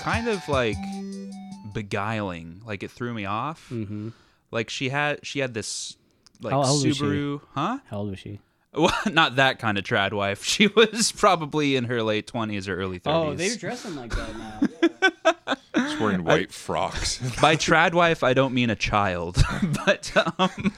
kind of like beguiling. Like it threw me off. Mm-hmm. Like she had she had this like How old was she? Subaru, huh? How old was she? Well, not that kind of trad wife. She was probably in her late twenties or early thirties. Oh, they're dressing like that now. Just wearing white frocks. By trad wife, I don't mean a child, but um,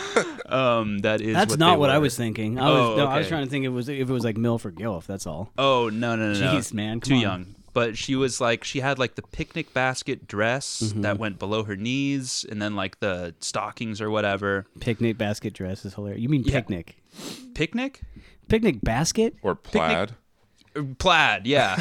um, that is That's what not they what I were. was thinking. I was Oh, no, I was okay. trying to think it was if it was like MILF or GILF. That's all. Oh no no no! no. Jeez, man, come too on. young. But she was like, she had like the picnic basket dress Mm-hmm. that went below her knees, and then like the stockings or whatever. Picnic basket dress is hilarious. You mean picnic? Picnic Picnic basket? Or plaid. Uh, plaid, yeah,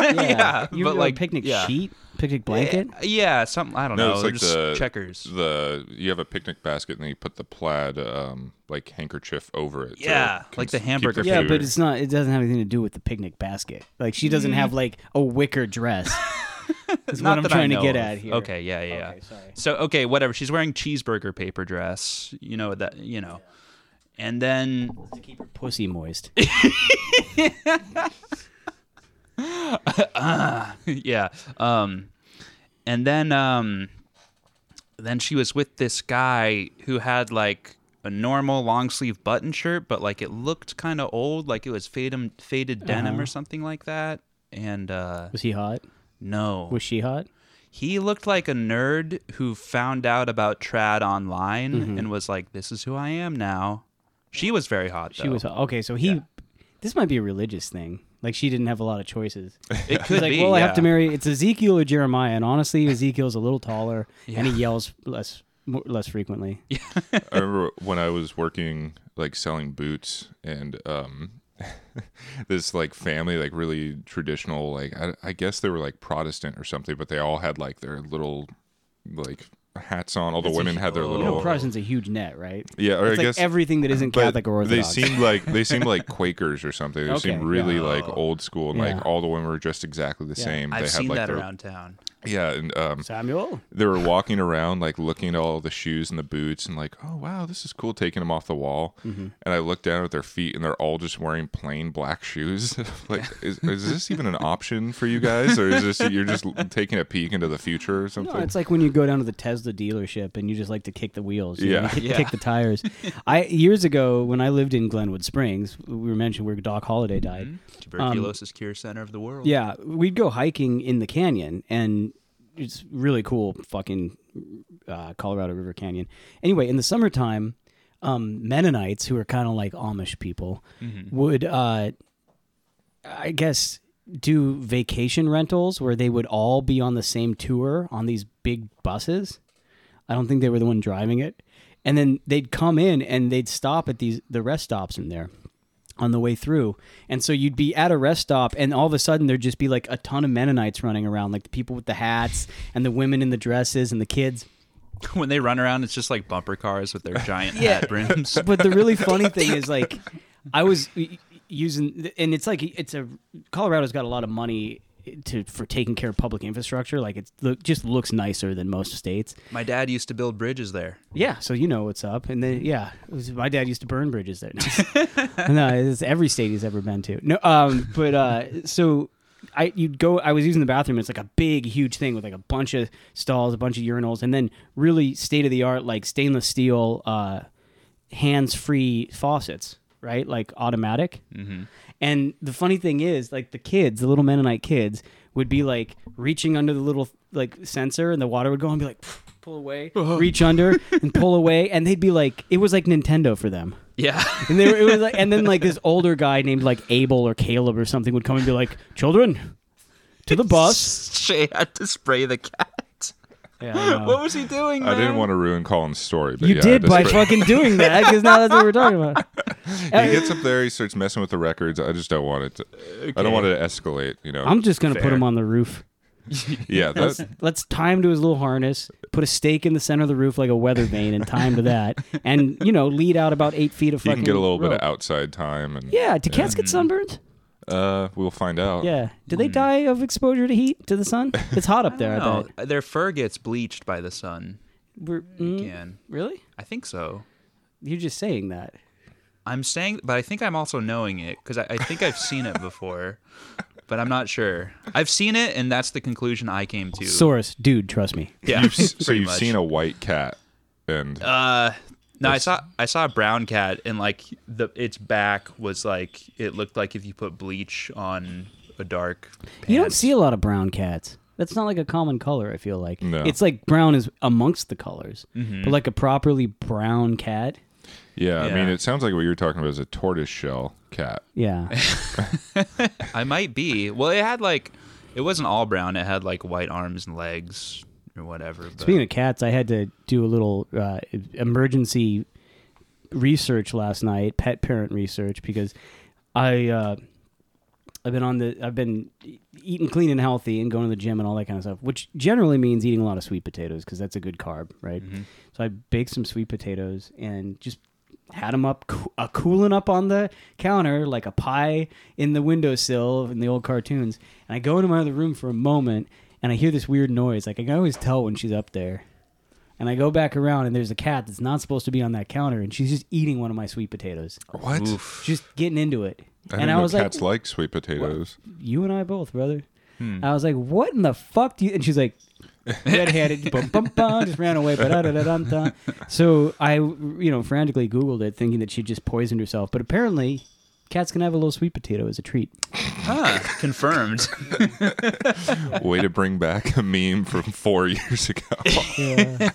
yeah. You but were like picnic yeah. sheet, picnic blanket. yeah, something I don't No, know. it's like just the checkers. The you have a picnic basket and then you put the plaid um, like handkerchief over it. to Yeah, cons- like the keep the hamburger food. Yeah, food. but it's not. It doesn't have anything to do with the picnic basket. Like she doesn't Mm-hmm. have like a wicker dress. That's Not what I'm that I trying to know get of. at here. Okay, yeah, yeah. yeah. Okay, sorry. So okay, whatever. She's wearing cheeseburger paper dress. You know that. You know, and then To keep her pussy moist. yeah. Um, and then um, then she was with this guy who had like a normal long sleeve button shirt, but like it looked kind of old, like it was faded faded Uh-huh. denim or something like that. And uh, Was he hot? no, Was she hot? he looked like a nerd who found out about trad online Mm-hmm. and was like, "This is who I am now." She was very hot. Though. She was hot. Okay, so he. This might be a religious thing. Like she didn't have a lot of choices. It She's could like, be. well, I have yeah. to marry. It's Ezekiel or Jeremiah, and honestly, Ezekiel's a little taller, and he yells less more, less frequently. I remember when I was working like selling boots and um this like family like really traditional like I, I guess they were like Protestant or something but they all had like their little like hats on all the women had their oh. little You know, Protestant's a huge net, right? yeah or It's I like guess everything that isn't but Catholic or they Orthodox. seemed like they seemed like Quakers or something they Okay, seemed really yeah. like old school and Yeah. like all the women were dressed exactly the same I've they had seen like that their, around town. yeah and um Samuel. they were walking around like looking at all the shoes and the boots and like oh wow this is cool taking them off the wall Mm-hmm. and i looked down at their feet and they're all just wearing plain black shoes like is, is this even an option for you guys or is this you're just l- taking a peek into the future or something No, it's like when you go down to the Tesla dealership and you just like to kick the wheels. you know, Yeah. kick, Yeah. kick the tires. I years ago when I lived in Glenwood Springs, we were mentioned where Doc Holliday died. Mm-hmm. Tuberculosis Um, cure center of the world. Yeah, we'd go hiking in the canyon, and it's really cool, fucking uh, Colorado River Canyon. Anyway, in the summertime, um, Mennonites, who are kind of like Amish people, would, uh, I guess, do vacation rentals where they would all be on the same tour on these big buses. I don't think they were the one driving it. And then they'd come in and they'd stop at these the rest stops in there on the way through. And so you'd be at a rest stop and all of a sudden there'd just be like a ton of Mennonites running around, like the people with the hats and the women in the dresses and the kids. when they run around, it's just like bumper cars with their giant hat brims. But the really funny thing is like I was u- using and it's like it's a Colorado's got a lot of money eh, to for taking care of public infrastructure like it's look just looks nicer than most states My dad used to build bridges there. Yeah, so you know what's up, and then yeah, it was, my dad used to burn bridges there. No, no, it's every state he's ever been to. No, um, but uh, so I you'd go. I was using the bathroom. It's like a big, huge thing with like a bunch of stalls, a bunch of urinals, and then really state of the art, like stainless steel, uh, hands free faucets, right? Like automatic. And the funny thing is, like the kids, the little Mennonite kids, would be like reaching under the little like sensor, and the water would go and be like pull away, reach under and pull away, and they'd be like, it was like Nintendo for them. Yeah. And they were, it was like, and then like this older guy named like Abel or Caleb or something would come and be like, children, to the bus. Oh. Shay had to spray the cat. Yeah, I know. What was he doing? i didn't man? want to ruin colin's story but you yeah, I did just- by fucking doing that because now that's what we're talking about. he gets up there he starts messing with the records i just don't want it to i don't want it to escalate you know I'm just gonna put Fair. him on the roof. yeah that's Let's tie him to his little harness, put a stake in the center of the roof like a weather vane, and tie him to that, and you know, lead out about eight feet of you fucking. can get a little bit Mm. rope. of outside time and Yeah, do cats get sunburned? uh we'll find out Yeah. Do Mm. they die of exposure to heat to the sun? It's hot up there. I, No, bet. their fur gets bleached by the sun. We're, mm, Again, Really? I think so. You're just saying that. I'm saying, but I think I'm also knowing it because I, I think I've seen it before. but I'm not sure. I've seen it, and that's the conclusion I came to. Source, dude, trust me. yeah, You've s- so pretty you've much. seen a white cat, and Uh, no, I saw I saw a brown cat, and like the its back was like it looked like if you put bleach on a dark. Pants. You don't see a lot of brown cats. That's not like a common color. I feel like No. it's like brown is amongst the colors, but like a properly brown cat. yeah, I mean, Yeah. it sounds like what you were talking about is a tortoise shell cat. Yeah, I might be. Well, it had like it wasn't all brown. It had like white arms and legs or whatever. But, Speaking of cats, I had to do a little uh, emergency research last night, pet parent research, because I uh, I've been on the I've been e- eating clean and healthy and going to the gym and all that kind of stuff, which generally means eating a lot of sweet potatoes because that's a good carb, right? Mm-hmm. So I baked some sweet potatoes and just had them up coo- uh, cooling up on the counter like a pie in the windowsill in the old cartoons and i go into my other room for a moment and i hear this weird noise like i can always tell when she's up there and i go back around and there's a cat that's not supposed to be on that counter and she's just eating one of my sweet potatoes What? Oof. just getting into it I and didn't i know was like cats like, sweet potatoes. you and I both, brother. Hmm. I was like, what in the fuck do you? And she's like, red-handed, bum, bum, bum, just ran away. ba-da-da-da-dum-dum. So I, you know, frantically Googled it, thinking that she just poisoned herself. But apparently, cats can have a little sweet potato as a treat. Huh, confirmed. Way to bring back a meme from four years ago. Yeah.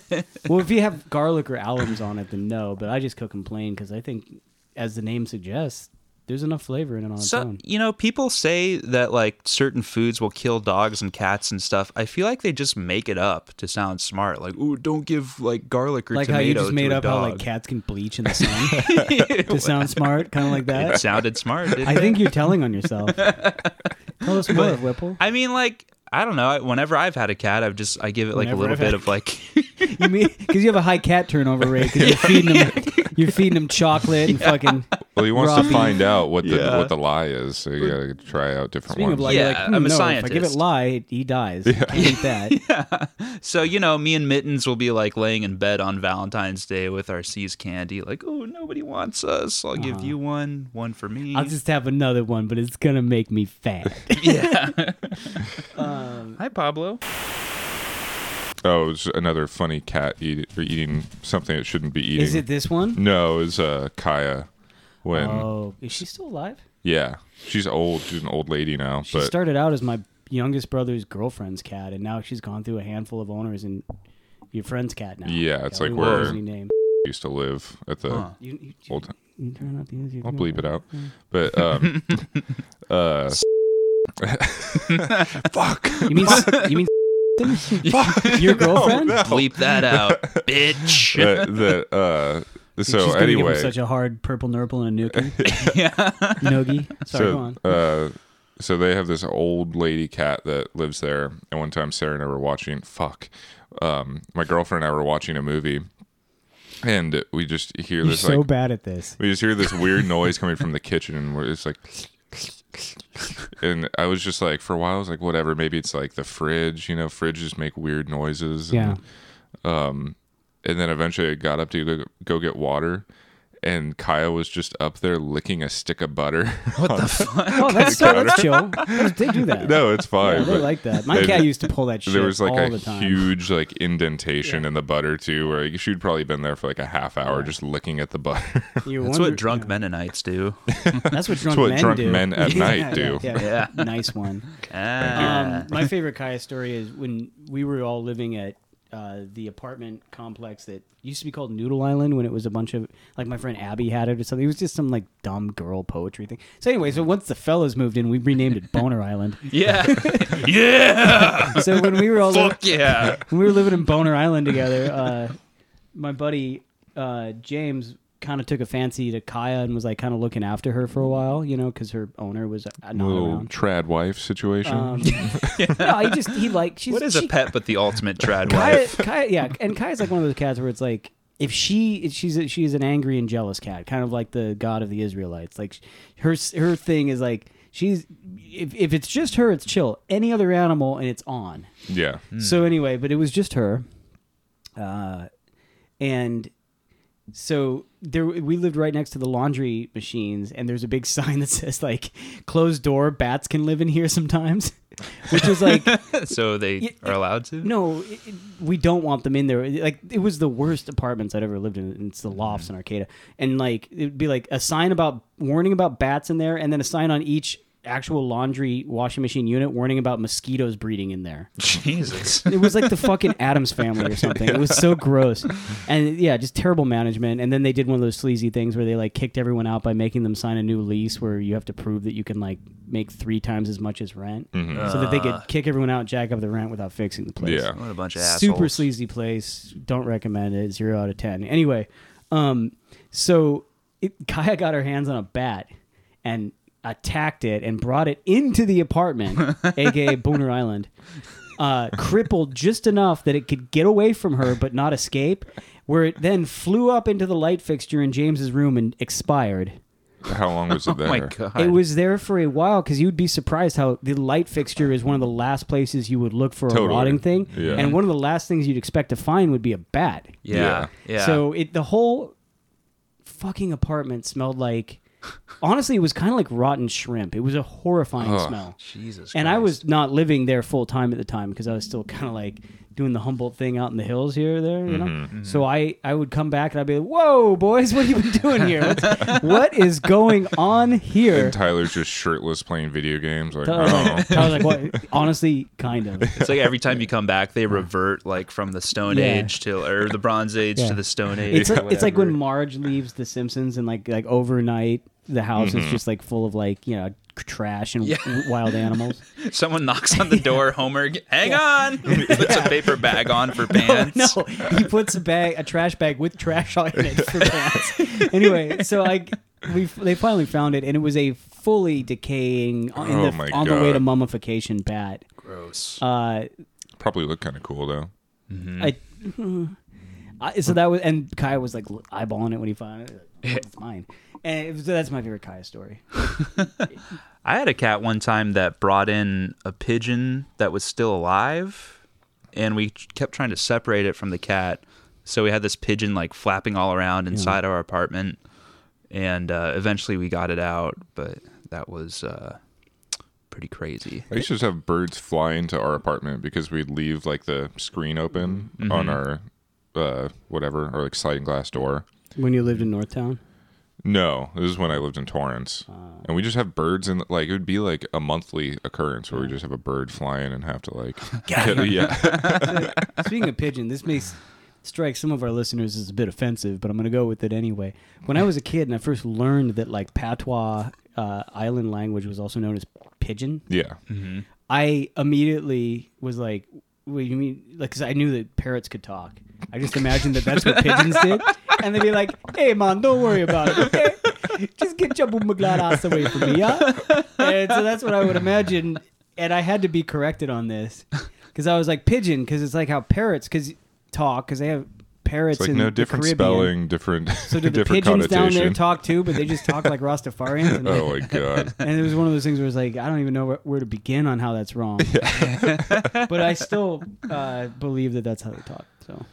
well, if you have garlic or alums on it, then no. But I just cook them plain because I think, as the name suggests, there's enough flavor in it on its So own. you know, people say that like certain foods will kill dogs and cats and stuff. I feel like they just make it up to sound smart. Like, ooh, don't give like garlic or Like how tomato you just to made a up how dog. like cats can bleach in the sun to sound smart, kind of like that. it sounded smart. Didn't I it? think you're telling on yourself. Tell us more, Whipple. I mean, like I don't know. I- Whenever I've had a cat, I've just I give it like Whenever a little I've had bit a of like You mean because you have a high cat turnover rate because you're feeding them, you're feeding them chocolate and fucking. Well, he wants Robbie. to find out what the Yeah. what the lie is, so you gotta try out different Speaking ones. of lie, you're Yeah, like, hmm, I'm a no, If I give it scientist. lie, he dies. Can't eat that. so you know me and Mittens will be like laying in bed on Valentine's Day with our C's candy. Like, oh, nobody wants us. I'll give you one, one for me. Uh-huh. I'll just have another one, but it's gonna make me fat. Um, yeah. Hi, Pablo. oh, it was another funny cat eat, or eating something it shouldn't be eating. Is it this one? No, it was uh, Kaya. When Oh, is she still alive? yeah, she's old. She's an old lady now. She but started out as my youngest brother's girlfriend's cat, and now she's gone through a handful of owners and your friend's cat now. Yeah, it's like what was we're- his name? used to live at the Huh. You, you, you, old. you try not to use your I'll bleep it out. But um, uh, fuck, You mean you mean your girlfriend? no. Bleep that out, bitch. the, the, uh, She's so gonna give him anyway, such a hard purple nurple and a nookie. yeah. Noogie. Sorry, go so on. uh, so they have this old lady cat that lives there. And one time, Sarah and I were watching. Fuck, um, my girlfriend and I were watching a movie, and we just hear You're this so like bad at this. we just hear this weird noise coming from the kitchen, and we're it's like. And I was just like, for a while, I was like, whatever. Maybe it's like the fridge, you know, fridges make weird noises. and Yeah. and then eventually I got up to go, go get water, and Kaya was just up there licking a stick of butter. What the? Oh, that's so that's chill. They do that. no, it's fine. Yeah, they but like that. My And cat used to pull that shit There was like all a the time. huge like indentation in the butter too, where she'd probably been there for like a half hour just licking at the butter. You That's wonder- what drunk Mennonites do. That's what drunk what men drunk do. men at Yeah, night do. Yeah, yeah. nice one. Ah. Um, my favorite Kaya story is when we were all living at uh, the apartment complex that used to be called Noodle Island when it was a bunch of like my friend Abby had it or something. It was just some like dumb girl poetry thing. So anyway, so once the fellas moved in, we renamed it Boner Island. yeah. yeah. So when we were all li- Fuck yeah. when we were living in Boner Island together, uh, my buddy uh, James kind of took a fancy to Kaya and was like kind of looking after her for a while, you know, because her owner was uh, not Little around. trad wife situation. Um, No, he just he like she's What is she- a pet but the ultimate trad Kaya, wife? Kaya, yeah, and Kaya's like one of those cats where it's like if she she's a, she's an angry and jealous cat, kind of like the god of the Israelites. Like her her thing is like she's if if it's just her, it's chill. Any other animal and it's on. yeah. So anyway, but it was just her, uh, and so there we lived right next to the laundry machines and there's a big sign that says like closed door bats can live in here sometimes which was like so they are allowed to. no it, it- we don't want them in there like it was the worst apartments i'd ever lived in and it's the lofts in arcata and like it'd be like a sign about warning about bats in there and then a sign on each actual laundry washing machine unit warning about mosquitoes breeding in there Jesus. it was like the fucking Adams family or something. It was so gross. And yeah, just terrible management. And then they did one of those sleazy things where they like kicked everyone out by making them sign a new lease where you have to prove that you can like make three times as much as rent so that they could kick everyone out, and jack up the rent without fixing the place. Yeah. What a bunch of assholes. Super sleazy place. Don't recommend it. Zero out of 10. Anyway, um, so it, Kaya got her hands on a bat and attacked it and brought it into the apartment, aka Booner Island uh, crippled just enough that it could get away from her but not escape, where it then flew up into the light fixture in James's room and expired. How long was it Oh there? my god. It was there for a while because you'd be surprised how the light fixture is one of the last places you would look for a Totally. rotting thing, Yeah. and one of the last things you'd expect to find would be a bat. yeah. Yeah. So it the whole fucking apartment smelled like. Honestly, it was kind of like rotten shrimp. It was a horrifying Ugh. smell. Jesus. And I Christ. was not living there full time at the time because I was still kind of like doing the Humboldt thing out in the hills here or there, you know. Mm-hmm. So I I would come back and I'd be like, "Whoa, boys, what have you been doing here? What's, what is going on here?" And Tyler's just shirtless playing video games. Like, I was oh, like, I was like what? honestly, kind of. It's like every time you come back, they revert like from the Stone Yeah. Age to or the Bronze Age Yeah. to the Stone Age. It's like, it's like when whatever. Marge leaves The Simpsons and like like overnight the house Mm-hmm. is just like full of like you know trash and Yeah. w- wild animals. someone knocks on the door. Homer, g- hang on, puts a paper bag on for pants. No, he puts a bag, a trash bag with trash on it for pants. anyway, so I we they finally found it, and it was a fully decaying in Oh the, my on the way God. to mummification bat. Gross. Uh, probably looked kind of cool though. I, I so that was and Kai was like eyeballing it when he found it. Like, It's mine, and it was, that's my favorite Kai story. I had a cat one time that brought in a pigeon that was still alive, and we ch- kept trying to separate it from the cat. So we had this pigeon like flapping all around Hmm. inside our apartment, and uh, eventually we got it out. But that was uh, pretty crazy. I used to just have birds fly into our apartment because we'd leave like the screen open Mm-hmm. on our uh, whatever our like sliding glass door. When you lived in Northtown, No, this is when I lived in Torrance, Ah. and we just have birds in like it would be like a monthly occurrence where we just have a bird flying and have to like get- yeah. Speaking of Uh, pigeon, this may s- strike some of our listeners as a bit offensive, but I'm going to go with it anyway. When I was a kid and I first learned that like patois uh, island language was also known as pigeon, yeah. I immediately was like, "What do you mean?" Like, 'cause I knew that parrots could talk. I just imagined that that's what pigeons did, and they'd be like, "Hey, man, don't worry about it. Okay, just get your boomaglad ass away from me, yeah." And so that's what I would imagine. And I had to be corrected on this because I was like pigeon, because it's like how parrots because talk because they have parrots It's like in no the different Caribbean. spelling, different So do the different pigeons down there connotation. talk too, but they just talk like Rastafarians? And oh my god. and it was one of those things where it's like I don't even know where, where to begin on how that's wrong. but I still uh, believe that that's how they talk. So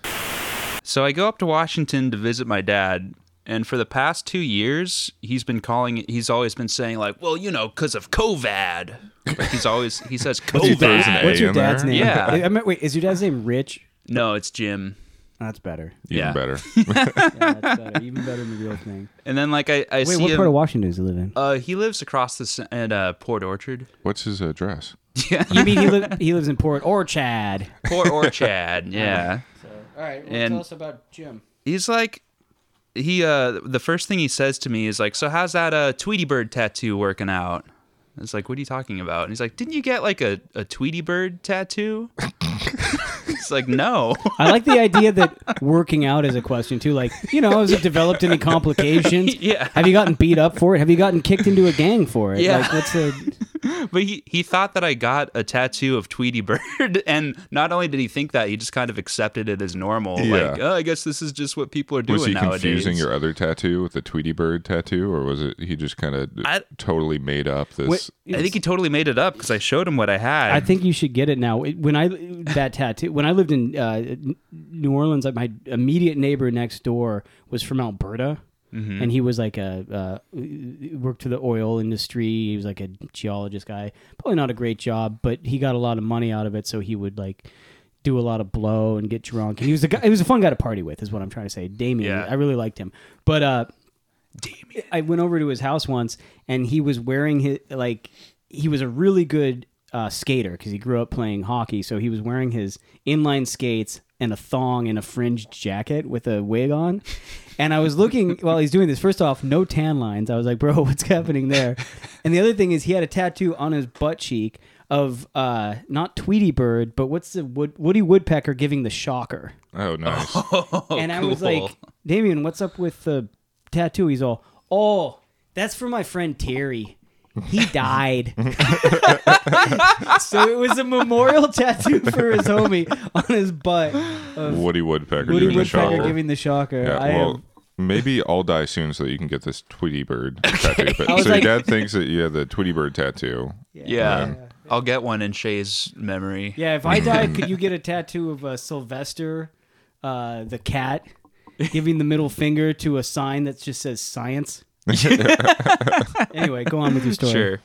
So I go up to Washington to visit my dad, and for the past two years, he's been calling. He's always been saying like, "Well, you know, because of COVID." Like, he's always he says your dad's COVID. name? what's your in there? dad's name? Yeah. I- I mean, wait, is your dad's name Rich? No, it's Jim. That's better. Even Yeah. better. Yeah, that's better. Even better than the real thing. And then like I, I Wait, see what him. part of Washington does he live in? uh, he lives across the s- at uh, Port Orchard. What's his address? you mean he, li- he lives in Port Orchard? Port Orchard, yeah. So, all right, well, And- tell us about Jim. He's like, he uh, the first thing he says to me is like, "So how's that uh Tweety Bird tattoo working out?" I was like, "What are you talking about?" And he's like, "Didn't you get like a a Tweety Bird tattoo?" it's like, "No." I like the idea that working out is a question too. Like, you know, has it developed any complications? Yeah. Have you gotten beat up for it? Have you gotten kicked into a gang for it? Yeah. Like, what's the But he, he thought that I got a tattoo of Tweety Bird, and not only did he think that, he just kind of accepted it as normal. Yeah. Like, oh, I guess this is just what people are doing Was he nowadays. confusing your other tattoo with the Tweety Bird tattoo, or was it he just kind of I- totally made up this? Wait, I think he totally made it up because I showed him what I had. I think you should get it now. It- When I that tattoo, when I lived in uh, N- New Orleans, like my immediate neighbor next door was from Alberta, and he was like a uh, worked for the oil industry. He was like a geologist guy. Probably not a great job, but he got a lot of money out of it, so he would like do a lot of blow and get drunk. And he was a guy. He was a fun guy to party with, is what I'm trying to say. Damien, Yeah. I really liked him, but uh, I went over to his house once, and he was wearing his like he was a really good uh, skater because he grew up playing hockey. So he was wearing his inline skates and a thong and a fringed jacket with a wig on. And I was looking while he's doing this. First off, no tan lines. I was like, bro, what's happening there? And the other thing is, he had a tattoo on his butt cheek of uh, not Tweety Bird, but what's the wood, Woody Woodpecker giving the shocker? Oh, nice. and I was cool. like, Damien, what's up with the tattoo? He's all, oh, that's for my friend Terry. He died. so it was a memorial tattoo for his homie on his butt. Of Woody Woodpecker Woody doing the Woodpecker shocker. giving the shocker. Yeah, I, well, am, maybe I'll die soon so that you can get this Tweety Bird tattoo. But, I so was your like- dad thinks that you have the Tweety Bird tattoo. yeah. I'll get one in Shay's memory. yeah, if I died, could you get a tattoo of uh, Sylvester, uh, the cat, giving the middle finger to a sign that just says science? anyway, go on with your story. Sure.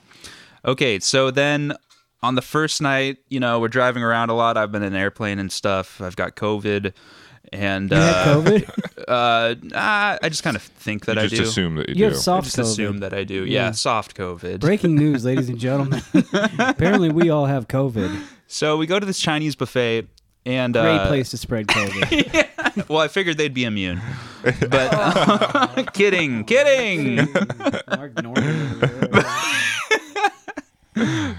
Okay, so then on the first night, you know, we're driving around a lot. I've been in an airplane and stuff. I've got COVID, and You had uh, COVID? uh, ah, I just kind of think that You I just do. assume that you, You do. have soft just COVID. Mm. assume that I do. Yeah, Yeah. soft COVID. Breaking news, ladies and gentlemen. Apparently, we all have COVID. So we go to this Chinese buffet, and Great uh, place to spread COVID. Well, I figured they'd be immune, but kidding, kidding. Mark Norman.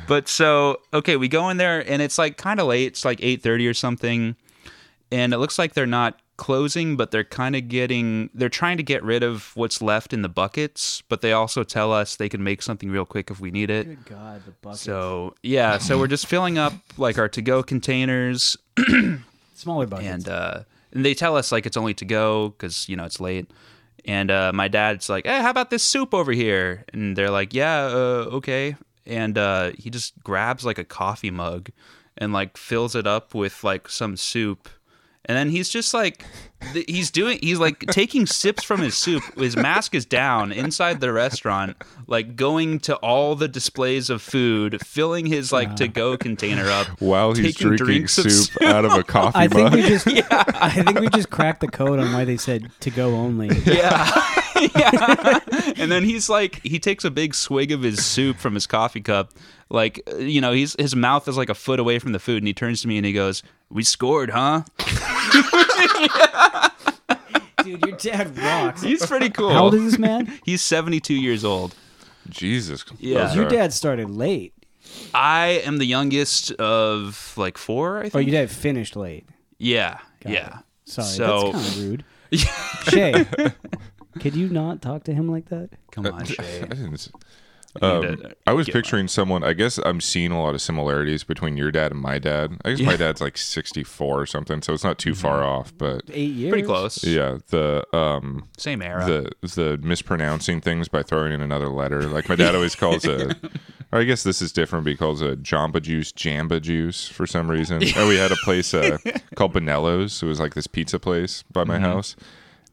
But so okay, we go in there and it's like kind of late. It's like eight thirty or something, and it looks like they're not closing, but they're kind of getting. They're trying to get rid of what's left in the buckets, but they also tell us they can make something real quick if we need it. Good God, the bucket. So yeah, so we're just filling up like our to-go containers, Smaller buckets. and uh, and they tell us like it's only to go because you know it's late. And uh, my dad's like, "Hey, how about this soup over here?" And they're like, "Yeah, uh, okay." And uh, he just grabs like a coffee mug and like fills it up with like some soup. And then he's just like, th- he's doing, he's like taking sips from his soup. His mask is down inside the restaurant, like going to all the displays of food, filling his like to go container up While he's taking drinking drinks of soup, out of a coffee I think mug. we just, I think we just cracked the code on why they said to go only. Yeah. yeah. And then he's like, he takes a big swig of his soup from his coffee cup. Like, uh, you know, he's, his mouth is like a foot away from the food. And he turns to me and he goes, We scored, huh? Dude, your dad rocks. He's pretty cool. How old is this man? he's 72 years old. Jesus. Yeah. those Your are- dad started late. I am the youngest of like four, I Or think. your dad finished late. yeah. Oh, Got it. yeah. Sorry, So- that's kind of rude. Shay, could you not talk to him like that? Come on, Shay. Uh, I didn't s- need Um, to I was get picturing someone. I guess I'm seeing a lot of similarities between your dad and my dad. I guess my dad's like 64 or something, so it's not Mm-hmm. too far off. But Eight years. Pretty close. yeah, the um, Same era. the the mispronouncing things by throwing in another letter. Like my dad always calls a, or I guess this is different. But he calls a Jamba Juice Jamba Juice for some reason. and we had a place uh, called Benello's. It was like this pizza place by my house,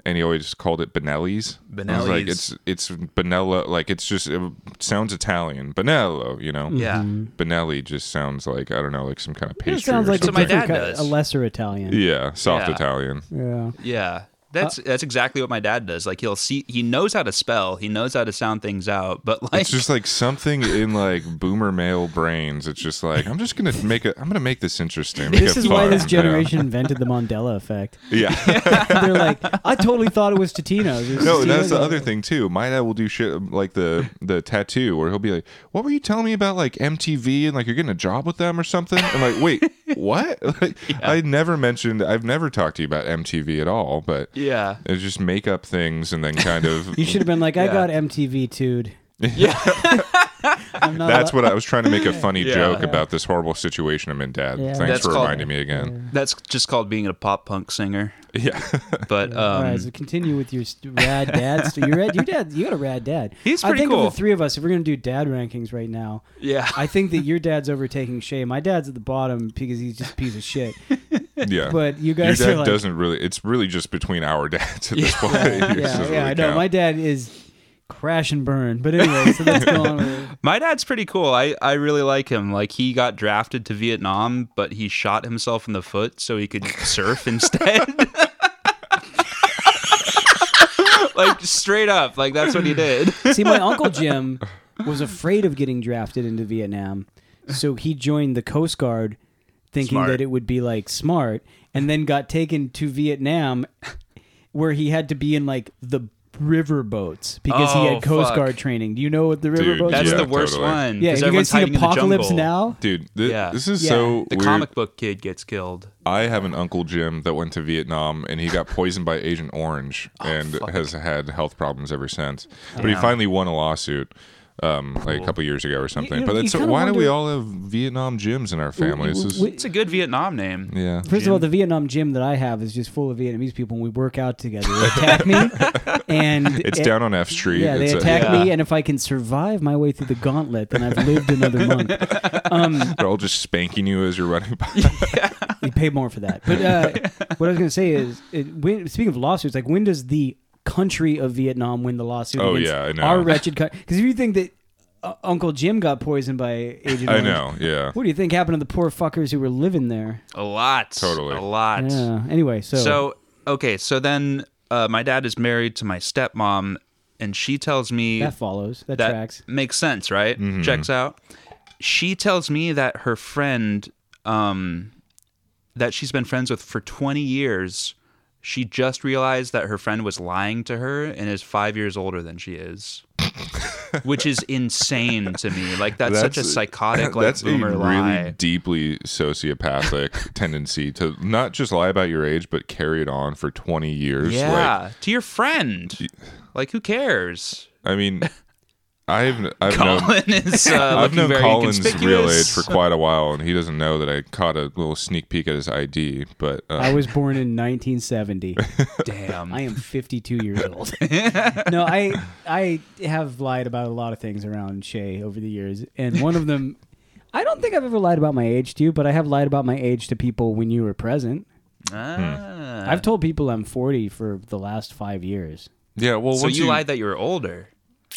and he always called it Benelli's. I was like Benelli's. it's it's Benello. Like it's just it sounds Italian. Benello, you know. yeah. Benelli just sounds like I don't know, like some kind of pastry. It sounds or like So a, my something. dad different ki- does. a lesser Italian. Yeah, soft Yeah. Italian. yeah. Yeah. That's Uh, that's exactly what my dad does. Like he'll see he knows how to spell, he knows how to sound things out, but like It's just like something in like boomer male brains. It's just like I'm just gonna make it. I'm gonna make this interesting. Make This it is why fun, this you know? generation invented the Mandela effect. Yeah. They're like, I totally thought it was Totino's. It was No, and Totino's." that's the other thing too. My dad will do shit like the the tattoo, where he'll be like, "What were you telling me about like MTV and like you're getting a job with them or something?" I'm like, "Wait, what?" Like, I never mentioned. I've never talked to you about MTV at all. But Yeah. it's just make up things and then kind of. You should have been like, I Yeah. got MTV tooed. Yeah. I'm not That's allo- what I was trying to make a funny Yeah. joke about this horrible situation I'm in, Dad. Yeah. Thanks That's for called- reminding me again. That's just called being a pop punk singer. Yeah. But All um, right, so continue with your st- rad dad. St- your, rad, your dad, you got a rad dad. He's I pretty think cool. of the three of us, if we're gonna do dad rankings right now, yeah, I think that your dad's overtaking Shay. My dad's at the bottom because he's just a piece of shit. Yeah. But you Your guys dad are like, doesn't really. It's really just between our dads at this point. Yours yeah, doesn't yeah. I really know. count. My dad is crash and burn. But anyway, so that's going on. My dad's pretty cool. I, I really like him. Like he got drafted to Vietnam, but he shot himself in the foot so he could surf instead. like straight up, like that's what he did. See, my uncle Jim was afraid of getting drafted into Vietnam, so he joined the Coast Guard, thinking Smart. that it would be like smart, and then got taken to Vietnam, where he had to be in like the river boats because he Oh, had Coast fuck. Guard training. Do you know what the river Dude, boats? That's Yeah, the worst totally. one. yeah. 'cause Have you everyone's guys seen hiding in the Apocalypse jungle. Now? Dude, thi- Yeah. this is Yeah. so The weird. comic book kid gets killed. I have an uncle Jim that went to Vietnam and he got poisoned by Agent Orange and has had health problems ever since. But he Damn. finally won a lawsuit um, like a couple years ago or something. you- but you it's kinda why do we wonder- all have Vietnam Jims in our families? This is- We- It's a good Vietnam name. yeah. First of all, the Vietnam gym that I have is just full of Vietnamese people, and we work out together. They attack me, and It's it- down on F Street. e-, Yeah, it's they a- attack Yeah. me, and if I can survive my way through the gauntlet, then I've lived another month. Um, They're all just spanking you as you're running by. you pay more for that. But uh, what I was going to say is, it, when, speaking of lawsuits, like when does the country of Vietnam win the lawsuit? Oh, against yeah, I know. our wretched country. Because if you think that uh, Uncle Jim got poisoned by Agent, I Orange, know. Yeah. What do you think happened to the poor fuckers who were living there? A lot. Totally. A lot. Yeah. Anyway, so, So okay, so then uh, my dad is married to my stepmom, and she tells me that follows. That, that tracks. makes sense, right? Mm-hmm. Checks out. She tells me that her friend, um, that she's been friends with for 20 years, she just realized that her friend was lying to her and is five years older than she is. Which is insane to me. Like that's, such a psychotic, like that's boomer a really lie. deeply sociopathic tendency to not just lie about your age, but carry it on for 20 years. Yeah, Like, to your friend. Like who cares? I mean, I've I've known Colin is uh, I've looking known very Colin's conspicuous. real age for quite a while, and he doesn't know that I caught a little sneak peek at his ID. But uh, I was born in 1970. Damn. I am 52 years old. no, I I have lied about a lot of things around Shay over the years, and one of them, I don't think I've ever lied about my age to you, but I have lied about my age to people when you were present. Hmm. Uh. Ah. I've told people I'm 40 for the last five years. yeah, well, so once you, lied that you were older.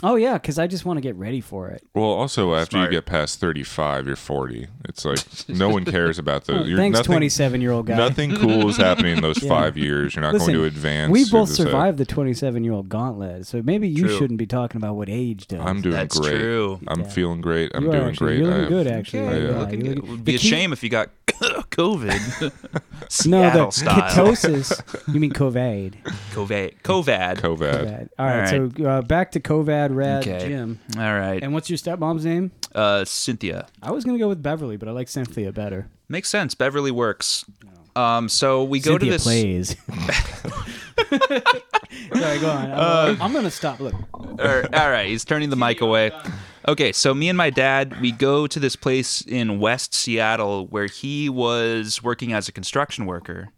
Oh yeah, because I just want to get ready for it. Well, also after Smart. you get past 35, you're 40. It's like no one cares about the. Uh, you're Thanks, nothing- 27 year old guy. Nothing cool is happening in those five years. You're not Listen, going to advance. we through both this, uh, survived the 27 year old gauntlet, so maybe you True. shouldn't be talking about what age does. I'm doing That's great. true. I'm Yeah. feeling great. I'm You are doing actually- great. You're I uh, looking have- good, actually. Yeah, yeah. you're looking looking- good. it would be the a key- shame if you got COVID. No, Seattle the style. ketosis. you mean COVID? Covad. Covad. Covad. Bad. All right, All right. so uh, back to Covad Rad Okay. Jim. All right. And what's your stepmom's name? Uh, Cynthia. I was gonna go with Beverly, but I like Cynthia better. Makes sense. Beverly works. Um, so we go Cynthia to this. plays. Sorry, go Uh, on. I'm, I'm gonna stop. Look, or- all right, he's turning the mic away. Okay, so me and my dad, we go to this place in West Seattle where he was working as a construction worker.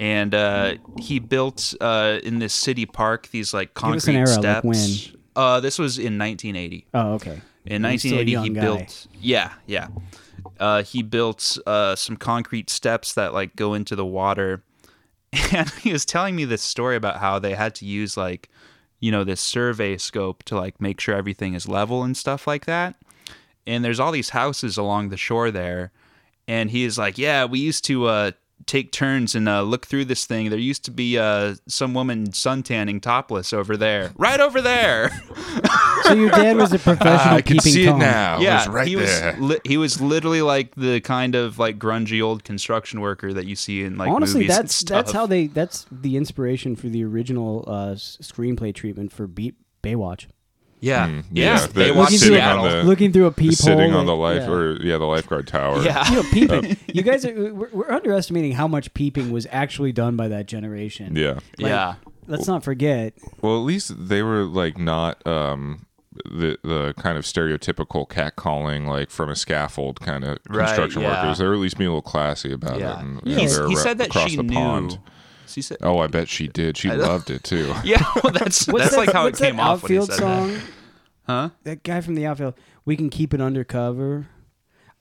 And uh, he built uh, in this city park these like concrete us an era, like steps. when? Uh, this was in 1980. oh okay. In He was still 1980, a he young guy. built. Yeah, yeah. Uh, he built uh, some concrete steps that like go into the water, and he was telling me this story about how they had to use like, you know, this survey scope to like make sure everything is level and stuff like that. And there's all these houses along the shore there, and he is like, yeah, we used to. Uh, Take turns and uh, look through this thing. There used to be uh, some woman suntanning topless over there, right over there. So your dad was a Ah, professional I can peeping see it tom. now. yeah, it was right he there. was li- he was literally like the kind of like grungy old construction worker that you see in like Honestly, movies and that's that's stuff. how they. That's the inspiration for the original uh, s- screenplay treatment for Beat Baywatch. yeah Hmm, yeah, yeah, they the- watch Looking through, sitting Seattle. on the- looking through a peephole, Sitting on the like- life yeah. or yeah, the lifeguard tower. yeah, you know, peeping. you guys are we're, we're underestimating how much peeping was actually done by that generation. Yeah. yeah. Let's not forget. Well, at least they were like not um the the kind of stereotypical cat calling like from a scaffold kind of Right, construction yeah. workers. They were at least being a little classy about Yeah. it. And, He's- they're he ra- said that across she the knew. pond. She said, Oh, I bet she did. She loved it too. "Yeah, well, that's that's that, like how it what's that came off when he outfield said song? that, huh?" That guy from the outfield. We can keep it undercover.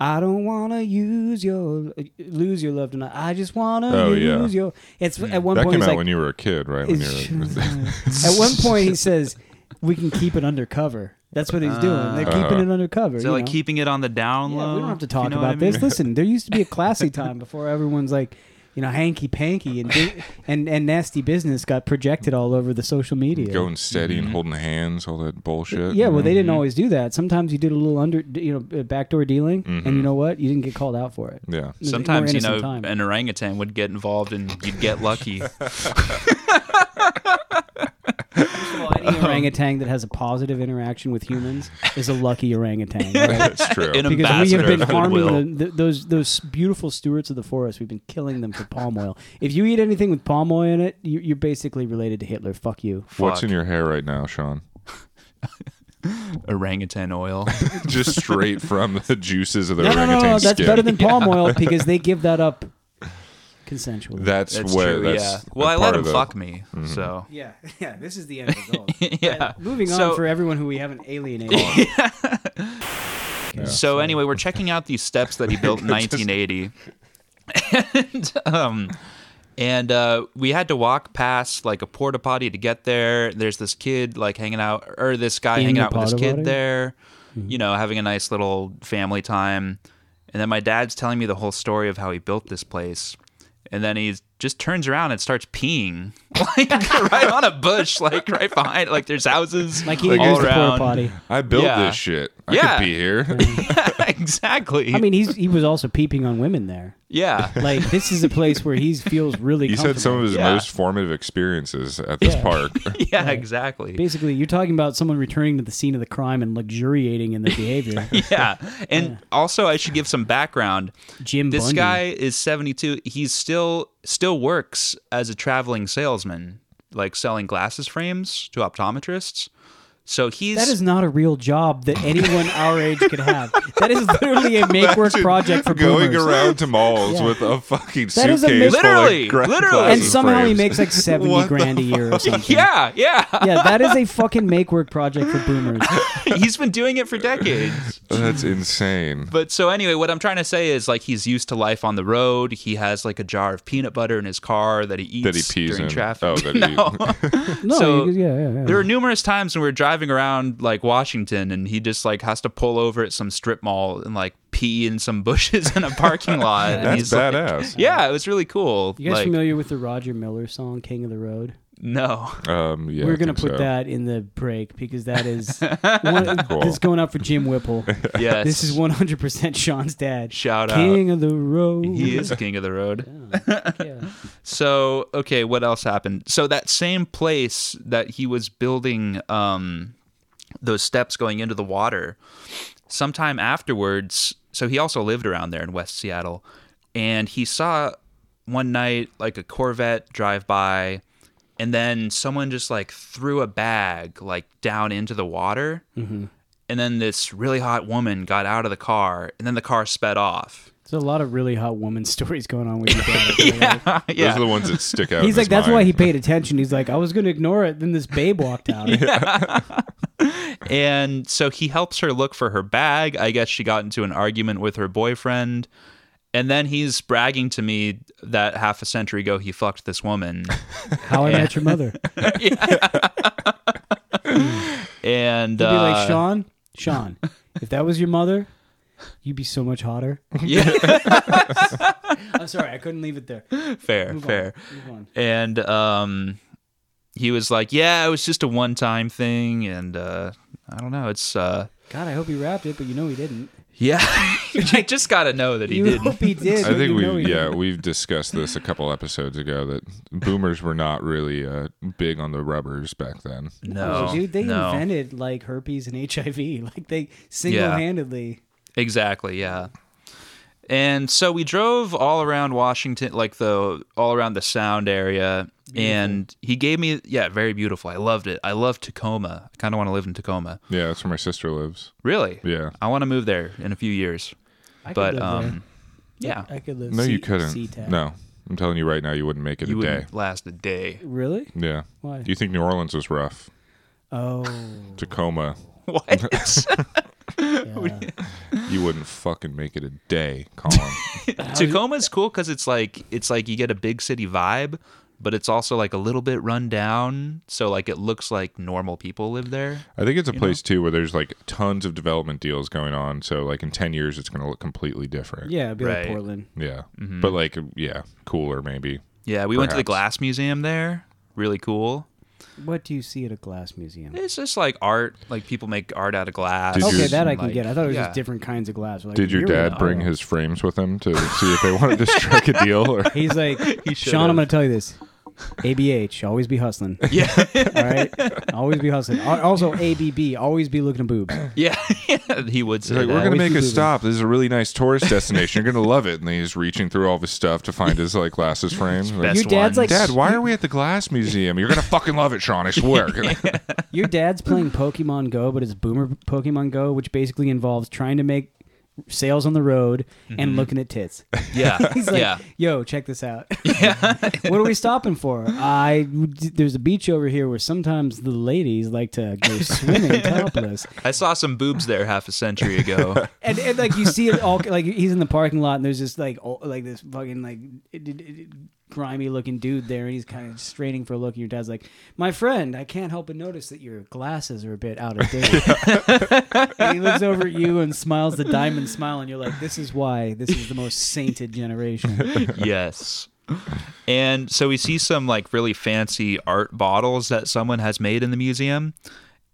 I don't wanna use your lose your love tonight. I just wanna Oh, lose yeah. your. It's at one that point came he's out like, when you were a kid, right? When you were, at one point he says we can keep it undercover. That's what he's doing. They're Uh-huh. keeping it undercover. So you like know? keeping it on the down Yeah, low. we don't have to if you talk know what about I mean. this. Listen, there used to be a classy time before everyone's like, you know, hanky panky and big- and and nasty business got projected all over the social media. going steady Mm-hmm. and holding hands, all that bullshit. yeah, you well, know? they didn't always do that. Sometimes you did a little under, you know, uh, backdoor dealing, and you know what? You didn't get called out for it. yeah. was a more Sometimes you innocent know time. an orangutan would get involved and you'd get lucky. Well, any orangutan that has a positive interaction with humans is a lucky orangutan. right? That's true. In a- Because we have Ambassador been of harming goodwill. the, th those those beautiful stewards of the forest. We've been killing them for palm oil. If you eat anything with palm oil in it, you, you're basically related to Hitler. Fuck you. What's Fuck. in your hair right now, Sean? orangutan oil. Just straight from the juices of the No, no, orangutan no, no. skin. That's better than palm oil because they give that up consensually. That's, That's what. true. that's yeah. a Well, I part let him of the- Mm-hmm. fuck me. So yeah, yeah. This is the end result. yeah. Moving on So- for everyone who we haven't alienated. So anyway, we're checking out these steps that he built in 1980, and um, and uh, we had to walk past like a porta potty to get there. There's this kid like hanging out, or this guy In hanging the out with this porta kid potty? Mm-hmm. there, you know, having a nice little family time. And then my dad's telling me the whole story of how he built this place, and then he just turns around and starts peeing like right on a bush, like right behind, like there's houses Like he all agrees to porta around. potty. I built Yeah. this shit. I Yeah. could be here. exactly. I mean, he's he was also peeping on women there. yeah. Like this is a place where he feels really. He's had some of his Yeah. most formative experiences at this Yeah. park. yeah, exactly. Basically, you're talking about someone returning to the scene of the crime and luxuriating in their behavior. Yeah. And also I should give some background. Jim This Bundy. guy is 72. He's still still works as a traveling salesman, like selling glasses frames to optometrists. So he's That is not a real job that anyone our age could have. That is literally a make work project for going boomers. around to malls Yeah. with a fucking That is suitcase a full of Literally, gra- literally. glasses and somehow he frames. makes like seventy What the grand a year or something. yeah, yeah. yeah, that is a fucking make work project for boomers. he's been doing it for decades. Oh, That's insane. But so anyway, what I'm trying to say is like he's used to life on the road. He has like a jar of peanut butter in his car that he eats That he pees during in. traffic. Oh, that he- No, So, you- yeah, yeah, yeah. There are numerous times when we were driving around like Washington and he just like has to pull over at some strip mall and like pee in some bushes in a parking lot. and That's he's like- badass. yeah, it was really cool. you guys like, familiar with the Roger Miller song "King of the Road"? No. um, yeah, I We're gonna think put so. that in the break because that is one, this is going out for Jim Whipple. Yes. This is 100% Sean's dad. Shout out. King of the road. He is king of the road. Yeah. So, okay, what else happened? So that same place that he was building um those steps going into the water, sometime afterwards, so he also lived around there in West Seattle, and he saw one night like a Corvette drive by and then someone just like threw a bag like down into the water. And then this really hot woman got out of the car, and then the car sped off. There's a lot of really hot woman stories going on with your dad. yeah. Those are the ones that stick out. He's like, in his that's mind. why he paid attention. He's like, I was going to ignore it. Then this babe walked out. And so he helps her look for her bag. I guess she got into an argument with her boyfriend. And then he's bragging to me that half a century ago he fucked this woman. How I Met Your Mother. He'd be And uh, like, Sean, Sean, if that was your mother, you'd be so much hotter. yeah, I'm sorry. I couldn't leave it there. fair, Move on. fair. Move on. And um, he was like, "Yeah, it was just a one-time thing, and uh, I don't know. It's uh, God, I hope he wrapped it, but you know he didn't. yeah, I just gotta know that he you didn't." hope he did. I but think you know we he yeah didn't. we've discussed this a couple episodes ago that boomers were not really uh, big on the rubbers back then. No, dude, they no. invented like herpes and HIV. Like they single-handedly. Exactly, yeah. And so we drove all around Washington, like the all around the sound area. And he gave me, yeah, very beautiful. I loved it. I love Tacoma. I kind of want to live in Tacoma. Yeah, that's where my sister lives. Really? Yeah. I want to move there in a few years. I could But live there. um, yeah, I could live. No, C- you couldn't. C-Tech. No, I'm telling you right now, you wouldn't make it you a day. wouldn't last a day. Really? Yeah. Why? You think New Orleans was rough? Oh, Tacoma. What? You wouldn't fucking make it a day, Colin. Tacoma's cool because it's like it's like you get a big city vibe, but it's also like a little bit run down. So like it looks like normal people live there. I think it's a place too where there's like tons of development deals going on. So like in ten years, it's going to look completely different. Yeah, Mm-hmm. it'd be Right. like Portland. Yeah. But like, yeah, cooler maybe. Yeah, we went to the Perhaps. glass museum there. Really cool. What do you see at a glass museum? It's just like art. Like people make art out of glass. Did Okay, your- that I can Like, get. I thought it was yeah. just different kinds of glass. Like, oh. Did your you're in dad bring Iowa. his frames with him to see if they wanted to strike a deal? Or He's like, Sean, should've. I'm going to tell you this. ABH, always be hustling. Yeah, All right, always be hustling. Al- Also, ABB, always be looking at boobs. yeah. he would say He's like, that. we're gonna we make should a do this." stop. This is a really nice tourist destination. You're gonna love it. And then he's reaching through all of his stuff to find his like glasses frames. Like, Best Your dad's ones. like- Dad, why are we at the glass museum? You're gonna fucking love it, Sean. I swear. Your dad's playing Pokemon Go, but it's Boomer Pokemon Go, which basically involves trying to make sales on the road and looking at tits. yeah, He's like, Mm-hmm. yeah. yo, check this out. what are we stopping for? I there's a beach over here where sometimes the ladies like to go swimming topless, I saw some boobs there half a century ago. and, and like you see it all. Like he's in the parking lot, and there's this like ol- like this fucking like it- it- it- grimy looking dude there, and he's kind of straining for a look. And your dad's like, "My friend, I can't help but notice that your glasses are a bit out of date." and he looks over at you and smiles the diamond smile, and you're like, "This is why this is the most sainted generation." yes. And so we see some like really fancy art bottles that someone has made in the museum.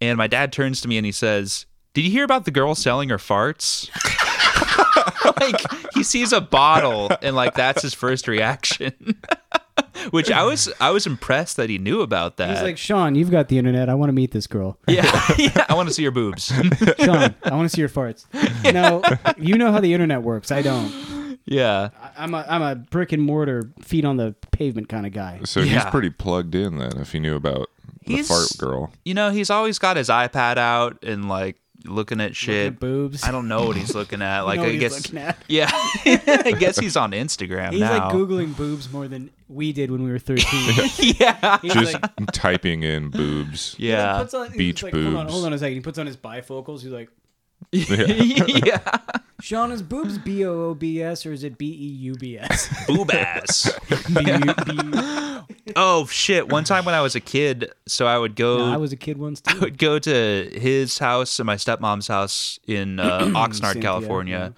And my dad turns to me and he says, Did you hear about the girl selling her farts? like he sees a bottle and like that's his first reaction. Which I was I was impressed that he knew about that. He's like, "Sean, you've got the internet. I want to meet this girl." yeah, yeah, I want to see your boobs. Sean, I want to see your farts. No, you know how the internet works. I don't. yeah. I- I'm a I'm a brick and mortar, feet on the pavement kind of guy. so he's Yeah. pretty plugged in then. If he knew about the He's- fart girl, You know, he's always got his iPad out and like looking at shit. at boobs. I don't know what he's looking at. Like know what I he's guess looking at. Yeah. I guess he's on Instagram He's now. like googling boobs more than we did when we were 13. yeah. He's just like, he typing in boobs. Yeah. puts on, he's Beach like, Hold on, boobs. hold on a second. He puts on his bifocals. He's like, yeah. Sean, is boobs B O O B S or is it B E U B S? Boob ass. B E U B. Oh shit. One time when I was a kid, so I would go I was a kid once I too. would go to his house and my stepmom's house in uh, Oxnard, Cynthia, California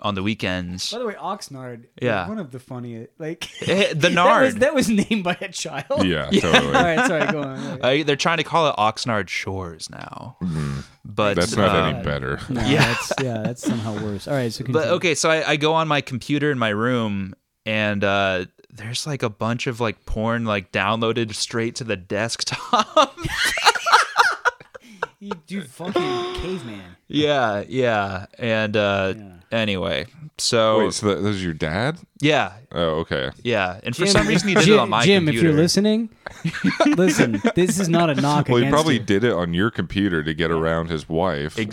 on the weekends. By the way, Oxnard. Yeah. is one of the funniest. Like Eh, The that was, Nard. that was named by a child. Yeah, totally. All right, sorry, go on. Uh, they're trying to call it Oxnard Shores now. But Mm-hmm. That's not uh, any better. No, Yeah. that's, yeah, that's somehow worse. All right, so But continue. okay, so I, I go on my computer in my room and uh there's like a bunch of like porn like downloaded straight to the desktop. You do fucking caveman. yeah, yeah. And uh anyway. So Oh, Wait, so that, that was your dad? yeah, Oh, okay. yeah. And for Jim- some reason he did Jim, it on my Jim, computer. if you're listening, listen. This is not a knock Well, he against probably you. did it on your computer to get around his wife. and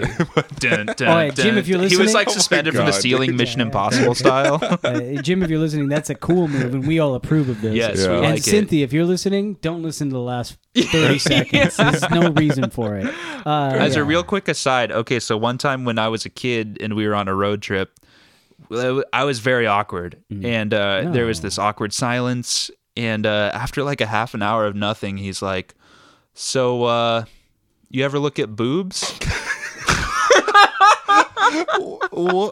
Exactly. Dun, dun, All right, Jim, dun. if you're he was listening- like Oh my suspended from the God. ceiling, Mission Impossible style. Uh, Jim, if you're listening, that's a cool move, and we all approve of this. yes, we Yeah. And like it. Cynthia, if you're listening, don't listen to the last 30 seconds. There's no reason for it. Uh, As yeah. a real quick aside, okay, so one time when I was a kid and we were on a road trip, well, I was very awkward, Mm. and uh, there was this awkward silence. And uh, after like a half an hour of nothing, he's like, "So, uh, you ever look at boobs?"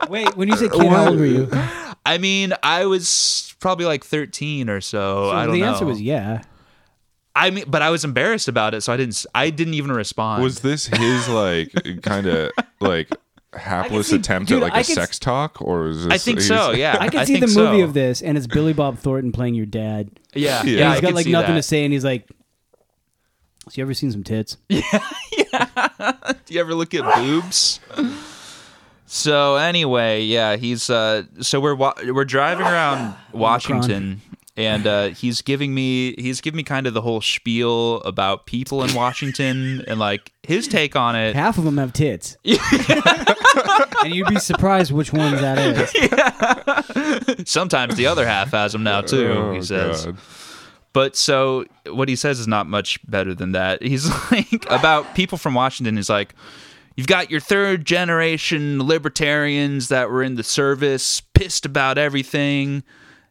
Wait, when you say kid, how old were you? I mean, I was probably like thirteen or so. I don't the know. answer was yeah. I mean, but I was embarrassed about it, so I didn't. s- I didn't even respond. Was this his like kind of like hapless see- attempt dude, at like I a can sex talk, or was this? I think he's- so. Yeah, I can see think the movie so. of this, and it's Billy Bob Thornton playing your dad. Yeah, yeah. Yeah. And I he's got could like see nothing that. to say, and he's like, "So you ever seen some tits?" Do you ever look at boobs? So anyway, yeah, he's uh, so we're wa- we're driving around Washington, and uh, he's giving me he's giving me kind of the whole spiel about people in Washington and like his take on it. Half of them have tits. and you'd be surprised which ones that is. Sometimes the other half has them now too. Oh, he says. God. But so what he says is not much better than that. He's like about people from Washington. He's like, You've got your third generation libertarians that were in the service, pissed about everything.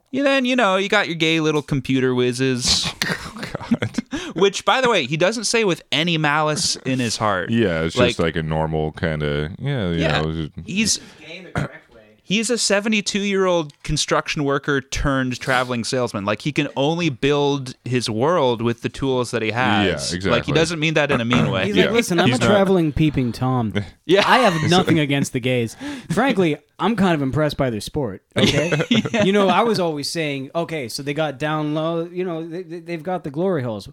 You then, you know, you got your gay little computer whizzes, Oh, God. which, by the way, he doesn't say with any malice in his heart. Yeah, it's just like a normal kind of yeah, you Yeah. know. it's just- he's Gay in the correct way. he's a 72 year old construction worker turned traveling salesman. Like he can only build his world with the tools that he has. Yeah, Like he exactly. doesn't mean that in a mean way. He's Yeah. like, listen, I'm He's a not- traveling peeping Tom. Yeah. I have nothing against the gays. Frankly, I'm kind of impressed by their sport. Okay, you know, I was always saying, okay, so they got down low. You know, they, they- they've got the glory holes.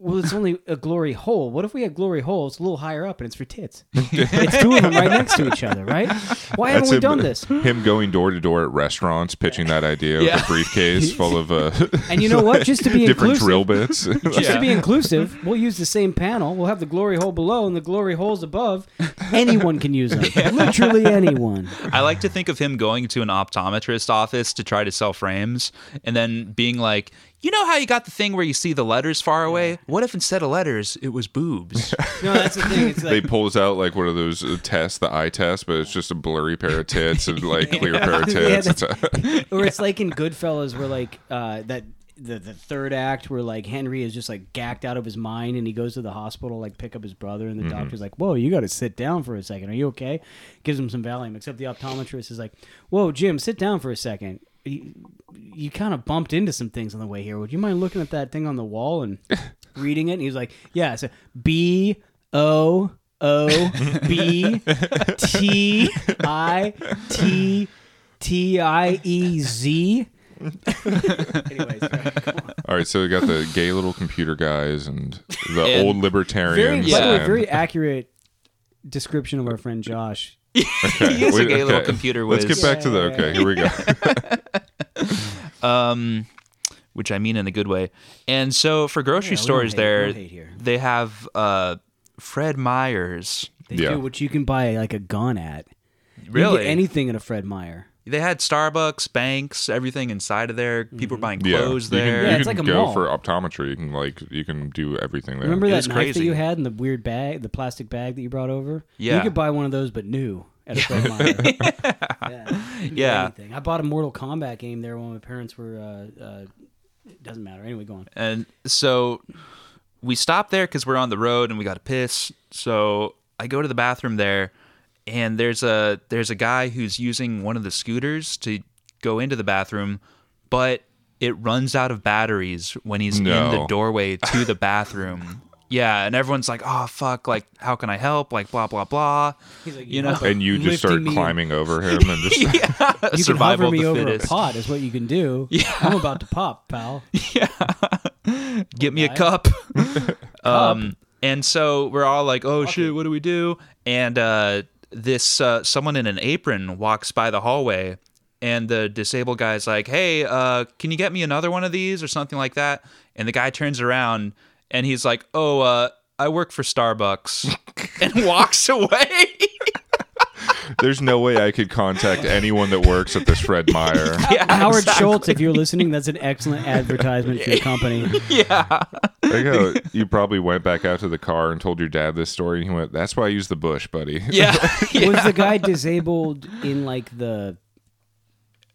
Well, it's only a glory hole. What if we had glory holes a little higher up and it's for tits? it's two of them right next to each other, right? Why haven't That's we him- done this? Him going door to door at restaurants, pitching that idea Yeah. with a briefcase full of uh, And you know what? Just to be different inclusive, drill bits. just Yeah. to be inclusive, we'll use the same panel. We'll have the glory hole below and the glory holes above. Anyone can use them. Literally anyone. I like to think of him going to an optometrist office to try to sell frames and then being like, you know how you got the thing where you see the letters far away? What if instead of letters, it was boobs? No, that's the thing. It's they like pulls out like one of those uh, tests, the eye test, but it's just a blurry pair of tits and like clear pair of Yeah, tits. that's- It's a- or it's like in Goodfellas where like uh that the, the third act where like Henry is just like gacked out of his mind and he goes to the hospital like pick up his brother and the doctor's like, Whoa, you gotta sit down for a second. Are you okay? Gives him some Valium, except the optometrist is like, Whoa, Jim, sit down for a second. You, you kind of bumped into some things on the way here. Would you mind looking at that thing on the wall and reading it? And he's like, Yeah, it's a B O O B T I T T I E Z. Anyways, All right, so we got the gay little computer guys and the And old very, libertarians. by the way, and- very accurate description of our friend Josh. Okay, He is a we- gay little okay. computer Let's whiz. get back to the okay. Here we go. um, which I mean in a good way. And so for grocery Yeah, we don't stores hate- we there, don't hate here. they have uh, Fred Meyers. They Yeah. do what you can buy like a gun at. You can Really? get anything at a Fred Meyer. they had Starbucks, banks, everything inside of there. Mm-hmm. People were buying Yeah, clothes you can, there. you Yeah, it's can like a go mall. for optometry. You can like you can do everything there. Remember It that was knife crazy. that you had in the weird bag, the plastic bag that you brought over? Yeah. You could buy one of those, but new at a Fred Meyer. yeah. You can get Yeah. anything. I bought a Mortal Kombat game there when my parents were. Uh, uh, it doesn't matter. Anyway, go on. And so we stop there because we're on the road and we got to piss. So I go to the bathroom there, and there's a there's a guy who's using one of the scooters to go into the bathroom, but it runs out of batteries when he's in the No. doorway to the bathroom. Yeah, and everyone's like, "Oh fuck! Like, how can I help? Like, blah blah blah." He's like, You know, and you just Lifting start me up. climbing over him and just you survival of can the hover me over a fittest. pot is what you can do. I'm about to pop, pal. Get me a guy. cup. um, and so we're all like, "Oh shit, what do we do?" And uh, this uh, someone in an apron walks by the hallway, and the disabled guy's like, "Hey, uh, can you get me another one of these or something like that?" And the guy turns around and he's like, "Oh, uh, I work for Starbucks," and walks away. There's no way I could contact anyone that works at this Fred Meyer. yeah, Howard exactly. Schultz, if you're listening, that's an excellent advertisement for your company. Like how you probably went back out to the car and told your dad this story, and he went, "That's why I use the bush, buddy." Yeah, yeah. Was the guy disabled in like the?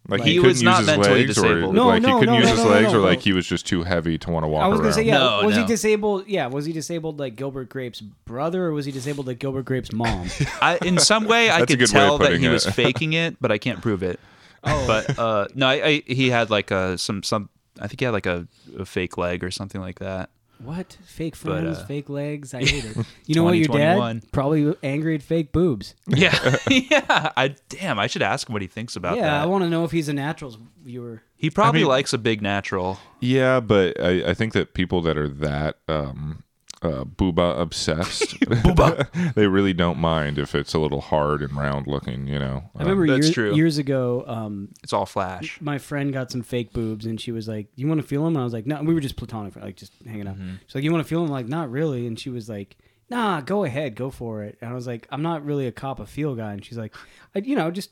Like He he, was couldn't not use his mentally legs, disabled. or No, like no, he couldn't no, use no, his no, legs, no, or no. like he was just too heavy to want to walk I was around. gonna say yeah. No, was no. he disabled? Yeah, was he disabled like Gilbert Grape's brother, or was he disabled like Gilbert Grape's mom? I, in some way, I That's a could good way of tell that putting he it. was faking it, but I can't prove it. Oh. But uh, no, I, I, he had like a some some. I think he had like a, a fake leg or something like that. what fake friends, uh, fake legs? I hate it. You know what? Your 2021. dad probably angry at fake boobs. Yeah, yeah. I damn. I should ask him what he thinks about yeah, I that. want to know if he's a naturals viewer. he probably I mean- likes a big natural. Yeah, but I, I think that people that are that um, uh, booba obsessed, booba, they really don't mind if it's a little hard and round looking. You know, I remember Uh, that's year- true. years ago, um, It's all flash. my friend got some fake boobs and she was like, "You want to feel them?" And I was like, "No, we were just platonic, like just hanging out." Mm-hmm. She's like, "You want to feel them?" like, "Not really." And she was like, "Nah, go ahead, go for it." And I was like, "I'm not really a cop of feel guy." And she's like, I, "You know, just."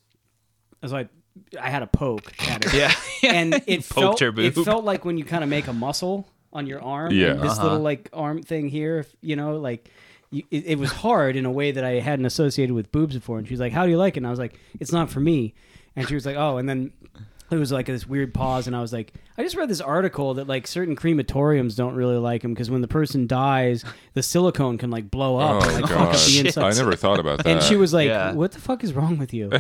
I was like, I had a poke at her. Yeah. and it poked felt her it boob. felt like when you kind of make a muscle on your arm. Yeah. and this Uh-huh. little like arm thing here, if- you know, like. you, it, it was hard in a way that I hadn't associated with boobs before. And she was like, "How do you like it?" And I was like, "It's not for me." And she was like, "Oh." And then it was like this weird pause, and I was like, "I just read this article that like certain crematoriums don't really like them because when the person dies, the silicone can like blow Oh up, and, like fuck up the god, inside." I never thought about that. and she was like, Yeah. "What the fuck is wrong with you?"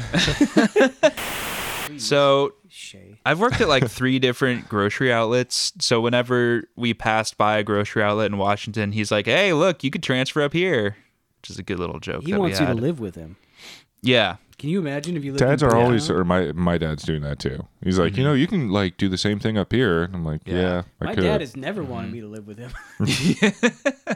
So Shay. I've worked at like three different grocery outlets. So whenever we passed by a grocery outlet in Washington, he's like, "Hey, look, you could transfer up here," which is a good little joke. He that we wants you to had. live with him. Yeah, Can you imagine if you lived dads in are Boontown? always, er, or my my dad's doing that too. He's like, you know, you can like do the same thing up here. And I'm like, yeah, I My could. dad has never wanted me to live with him. uh,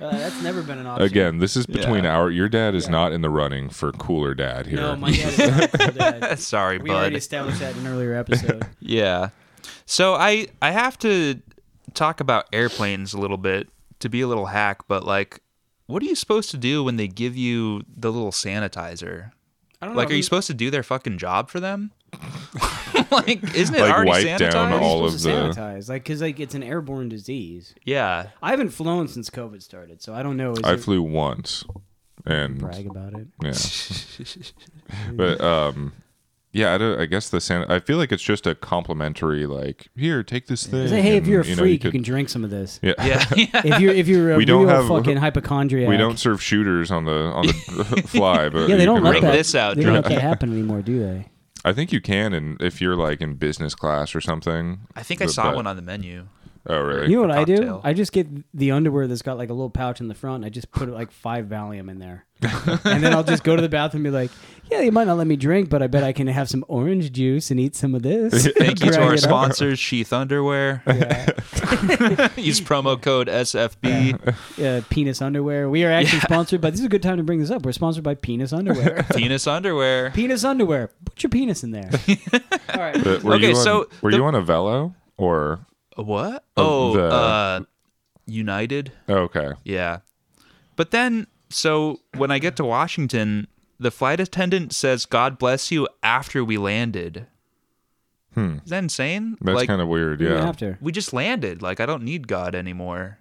that's never been an option. Again, this is between Yeah. our. Your dad is not in the running for cooler dad here. no, my dad is not a cool dad. sorry, We bud. already established that in an earlier episode. Yeah. So I I have to talk about airplanes a little bit to be a little hack, but like what are you supposed to do when they give you the little sanitizer? I don't Like know. are you supposed to do their fucking job for them? like isn't it Like, already wipe down sanitized? all supposed to of the- sanitize? Like, because like it's an airborne disease. yeah. I haven't flown since COVID started, so I don't know. Is I it- flew once, and brag about it. yeah, but um, yeah. I, don't, I guess the san. I feel like it's just a complimentary. Like, here, take this thing. Say, hey, if and, you're a you freak, know, you, could- can drink some of this. Yeah. Yeah. yeah. If you're if you're a We don't real have- fucking hypochondriac, We don't serve shooters on the on the fly, but Yeah, they you don't can let Bring really- that. this out, They don't let drunk. that happen anymore, do they? I think you can, and if you're like in business class or something. I think I but- saw but- one on the menu. Oh really? You know what I do? cocktail. I just get the underwear that's got like a little pouch in the front. I just put like five Valium in there, and then I'll just go to the bathroom and be like, "Yeah, you might not let me drink, but I bet I can have some orange juice and eat some of this." Thank you to Drag our it up. sponsors, Sheath Underwear. Yeah. Use promo code SFB. uh, penis underwear. We are actually sponsored by. This is a good time to bring this up. We're sponsored by Penis Underwear. Penis Underwear. penis Underwear. Put your penis in there. All right. But were Okay, you on, so were the- you on a velo or? What? Oh, Oh, the- uh, United. oh, okay. Yeah. But then, so when I get to Washington, the flight attendant says, God bless you after we landed. Hmm. Is that insane? That's like, kind of weird. Even Yeah. After. we just landed. Like, I don't need God anymore.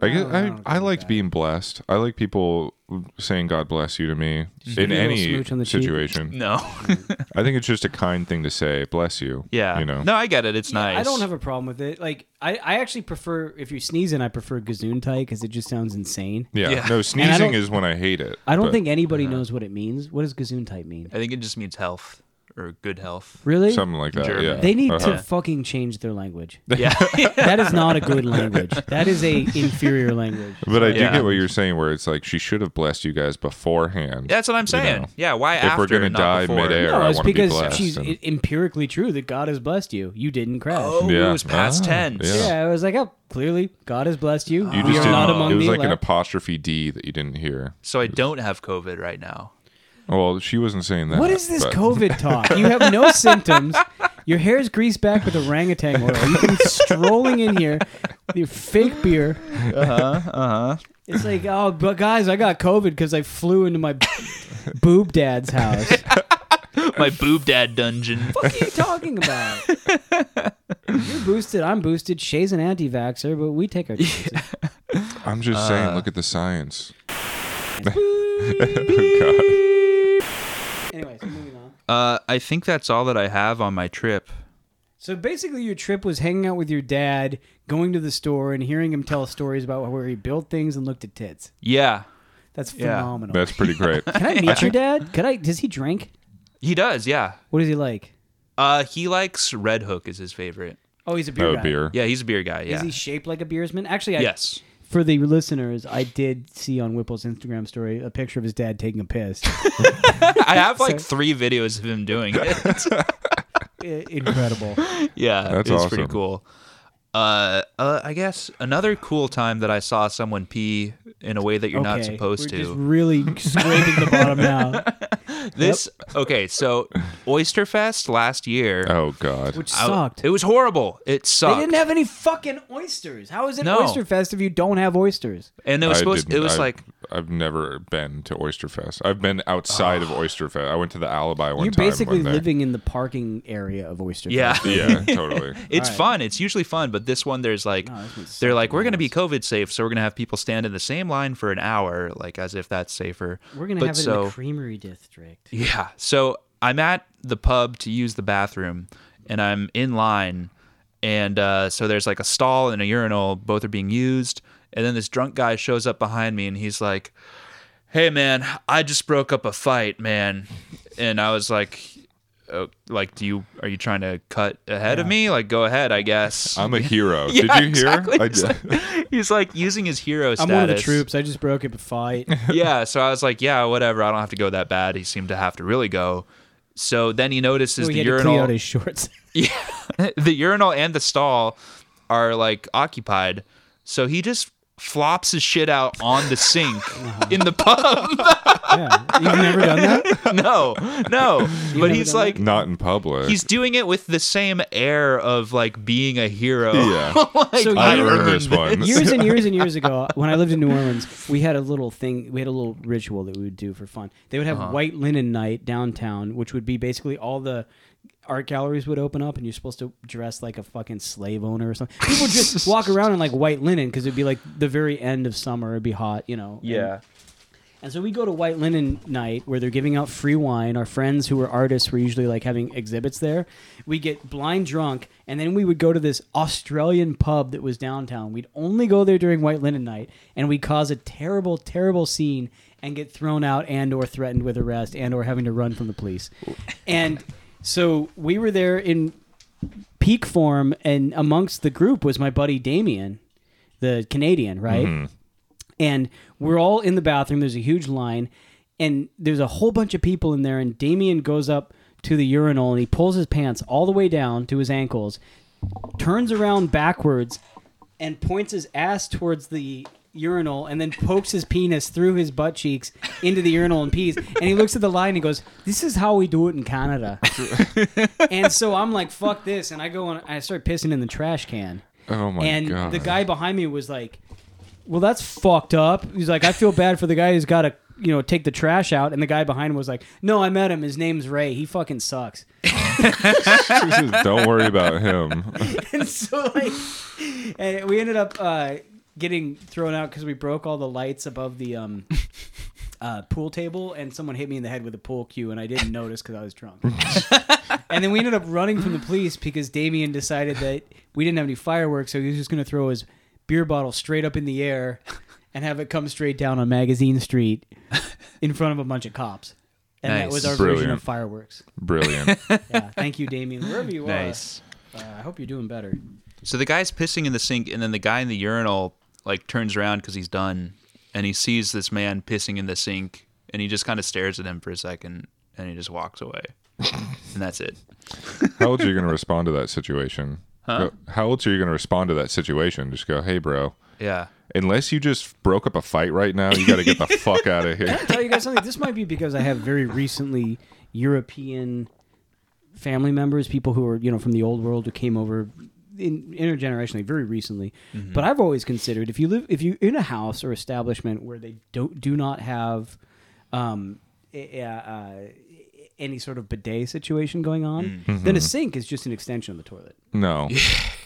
I guess I don't I, I think liked being blessed. I like people saying "God bless you" to me in give you a little any smooch on the cheek? situation. No. I think it's just a kind thing to say. Bless you. yeah. You know. No, I get it. It's nice. I don't have a problem with it. Like, I, I actually prefer, if you're sneezing, I prefer Gazuntai because it just sounds insane. Yeah. Yeah. No, sneezing don't- is when I hate it. I don't but- think anybody knows what it means. What does Gesundheit mean? I think it just means health or good health. Really? something like that. German. Yeah. they need Uh-huh. to fucking change their language. Yeah. That is not a good language. That is a inferior language. But I do Yeah. get what you're saying, where it's like she should have blessed you guys beforehand. That's what I'm saying. know, yeah. Why if after? we're gonna not die before? midair, No, I it's wanna be because blessed she's and- it- empirically true that God has blessed you. You didn't crash. Oh, Yeah. it was past Ah, tense. yeah. Yeah, I was like, oh, clearly God has blessed you. You we just are didn't. not among it was the like an elect. apostrophe D that you didn't hear. So I don't have COVID right now. Well, she wasn't saying that. What is this but- COVID talk? You have no symptoms. Your hair is greased back with orangutan oil. You come strolling in here with your fake beer. Uh huh. Uh huh. It's like, oh, but guys, I got COVID because I flew into my boob dad's house. what My boob dad dungeon. are you talking about? You're boosted. I'm boosted. Shay's an anti-vaxxer, but we take our chances. I'm just Uh. saying. Look at the science. Anyways, moving on. Uh, I think that's all that I have on my trip. So basically, your trip was hanging out with your dad, going to the store, and hearing him tell stories about where he built things and looked at tits. Yeah, That's Yeah. phenomenal. That's pretty great. Can I meet your dad? Could I? Does he drink? he does. Yeah. What is he like? Uh, he likes Red Hook is his favorite. Oh, he's a beer No guy. beer. Yeah, he's a beer guy. Yeah. Is he shaped like a beersman? Actually, I, yes. for the listeners, I did see on Whipple's Instagram story a picture of his dad taking a piss. I have like three videos of him doing it. I- Incredible. yeah, That's it was awesome. pretty cool. Uh, uh, I guess another cool time that I saw someone pee in a way that you're okay. not supposed We're to. Just really scraping the bottom now. This okay, so Oysterfest last year Oh God. Which I- sucked. It was horrible. It They sucked. didn't have any fucking oysters. How is it No. oyster fest if you don't have oysters? and it was I supposed. didn't- It was I- like I've never been to Oysterfest. I've been outside Ah. of Oysterfest. I went to the Alibi one You're time. basically one day. living in the parking area of Oyster. Yeah. Fest. Yeah, totally. It's Alright. fun. It's usually fun, but this one there's like No, this one's they're like something we're going to be else. COVID safe, so we're going to have people stand in the same line for an hour, like as if that's safer. We're gonna But have it so, in the Creamery District. Yeah. So I'm at the pub to use the bathroom and I'm in line. And uh, so there's like a stall and a urinal, both are being used. And then this drunk guy shows up behind me and he's like, Hey, man, I just broke up a fight, man. And I was like, oh, like do you are you trying to cut ahead of me like go ahead i guess I'm a hero. Yeah, Um, Did you hear? exactly. I He's, did. like, he's like using his hero I'm status one of the troops. I just broke up a fight. yeah, so I was like, yeah, whatever. I don't have to go that bad. He seemed to have to really go. So then he notices So he the had to clean out urinal, his shorts. yeah, the urinal and the stall are like occupied. So he just flops his shit out on the sink in the pub. yeah, you've never done that. no, no, but never he's done like. Not in public. He's doing it with the same air of like being a hero. yeah. so I you- earned this one. years and years and years ago, when I lived in New Orleans, we had a little thing. We had a little ritual that we would do for fun. They would have white linen night downtown, which would be basically all the art galleries would open up, and you're supposed to dress like a fucking slave owner or something. People would just walk around in like white linen because it'd be like the very end of summer. It'd be hot, you know. and- and so we go to White Linen Night where they're giving out free wine. Our friends who were artists were usually like having exhibits there. We get blind drunk, and then we would go to this Australian pub that was downtown. We'd only go there during White Linen Night, and we'd cause a terrible, terrible scene and get thrown out and or threatened with arrest and or having to run from the police. And so we were there in peak form, and amongst the group was my buddy Damien, the Canadian, right? and we're all in the bathroom. There's a huge line, and there's a whole bunch of people in there. And Damien goes up to the urinal and he pulls his pants all the way down to his ankles, turns around backwards, and points his ass towards the urinal, and then pokes his penis through his butt cheeks into the urinal and pees. And he looks at the line and he goes, "This is how we do it in Canada." and so I'm like, "Fuck this!" And I go and I start pissing in the trash can. oh my and god. the guy behind me was like, "Well, that's fucked up." He's like, "I feel bad for the guy who's got to, you know, take the trash out." And the guy behind him was like, "No, I met him. His name's Ray. He fucking sucks." Don't worry about him. and so like, and we ended up uh, getting thrown out because we broke all the lights above the um, uh, pool table, and someone hit me in the head with a pool cue, and I didn't notice because I was drunk. and then we ended up running from the police because Damien decided that we didn't have any fireworks, so he was just going to throw his beer bottle straight up in the air and have it come straight down on Magazine Street in front of a bunch of cops. And that Nice. was our version Brilliant. of fireworks. Brilliant. Yeah. Thank you, Damien. Wherever you Nice. are, uh, I hope you're doing better. So the guy's pissing in the sink, and then the guy in the urinal like turns around because he's done, and he sees this man pissing in the sink, and he just kind of stares at him for a second, and he just walks away, and that's it. How old are you going to respond to that situation? Huh? Go- How old are you going to respond to that situation? Just go, hey, bro. Yeah. Unless you just broke up a fight right now, you got to get the fuck out of here. tell you guys something. This might be because I have very recently European family members, people who are you know from the old world who came over in, intergenerationally very recently. But I've always considered if you live if you in a house or establishment where they don't do not have um, a- a- uh, any sort of bidet situation going on, then a sink is just an extension of the toilet. No,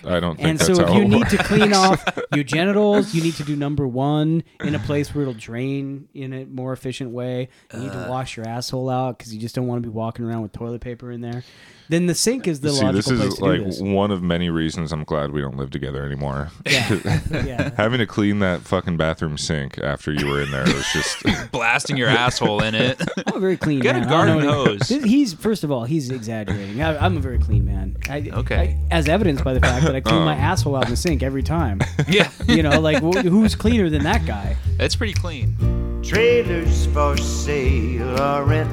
I don't think And that's so if how you it need works. to clean off your genitals, you need to do number one in a place where it'll drain in a more efficient way. You need to Uh. wash your asshole out because you just don't want to be walking around with toilet paper in there. Then the sink is the See, logical this place is to like do this. one of many reasons I'm glad we don't live together anymore. Yeah. yeah. Having to clean that fucking bathroom sink after you were in there was just. Blasting your asshole in it. I'm a very clean Get a man. I don't know garden any- hose. This- He's first of all, he's exaggerating. I, I'm a very clean man. I, Okay. I- as evidenced by the fact that I clean Oh. my asshole out in the sink every time. yeah. You know, like wh- who's cleaner than that guy? It's pretty clean. Trailers for sale or rent.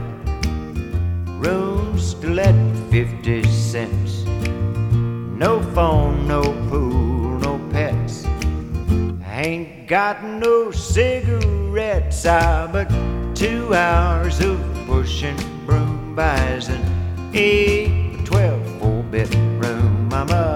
Rooms to let 50 cents. No phone, no pool, no pets. I ain't got no cigarettes. Ah, but two hours of pushing broom buys an 8 or 12 four bedroom. I'm a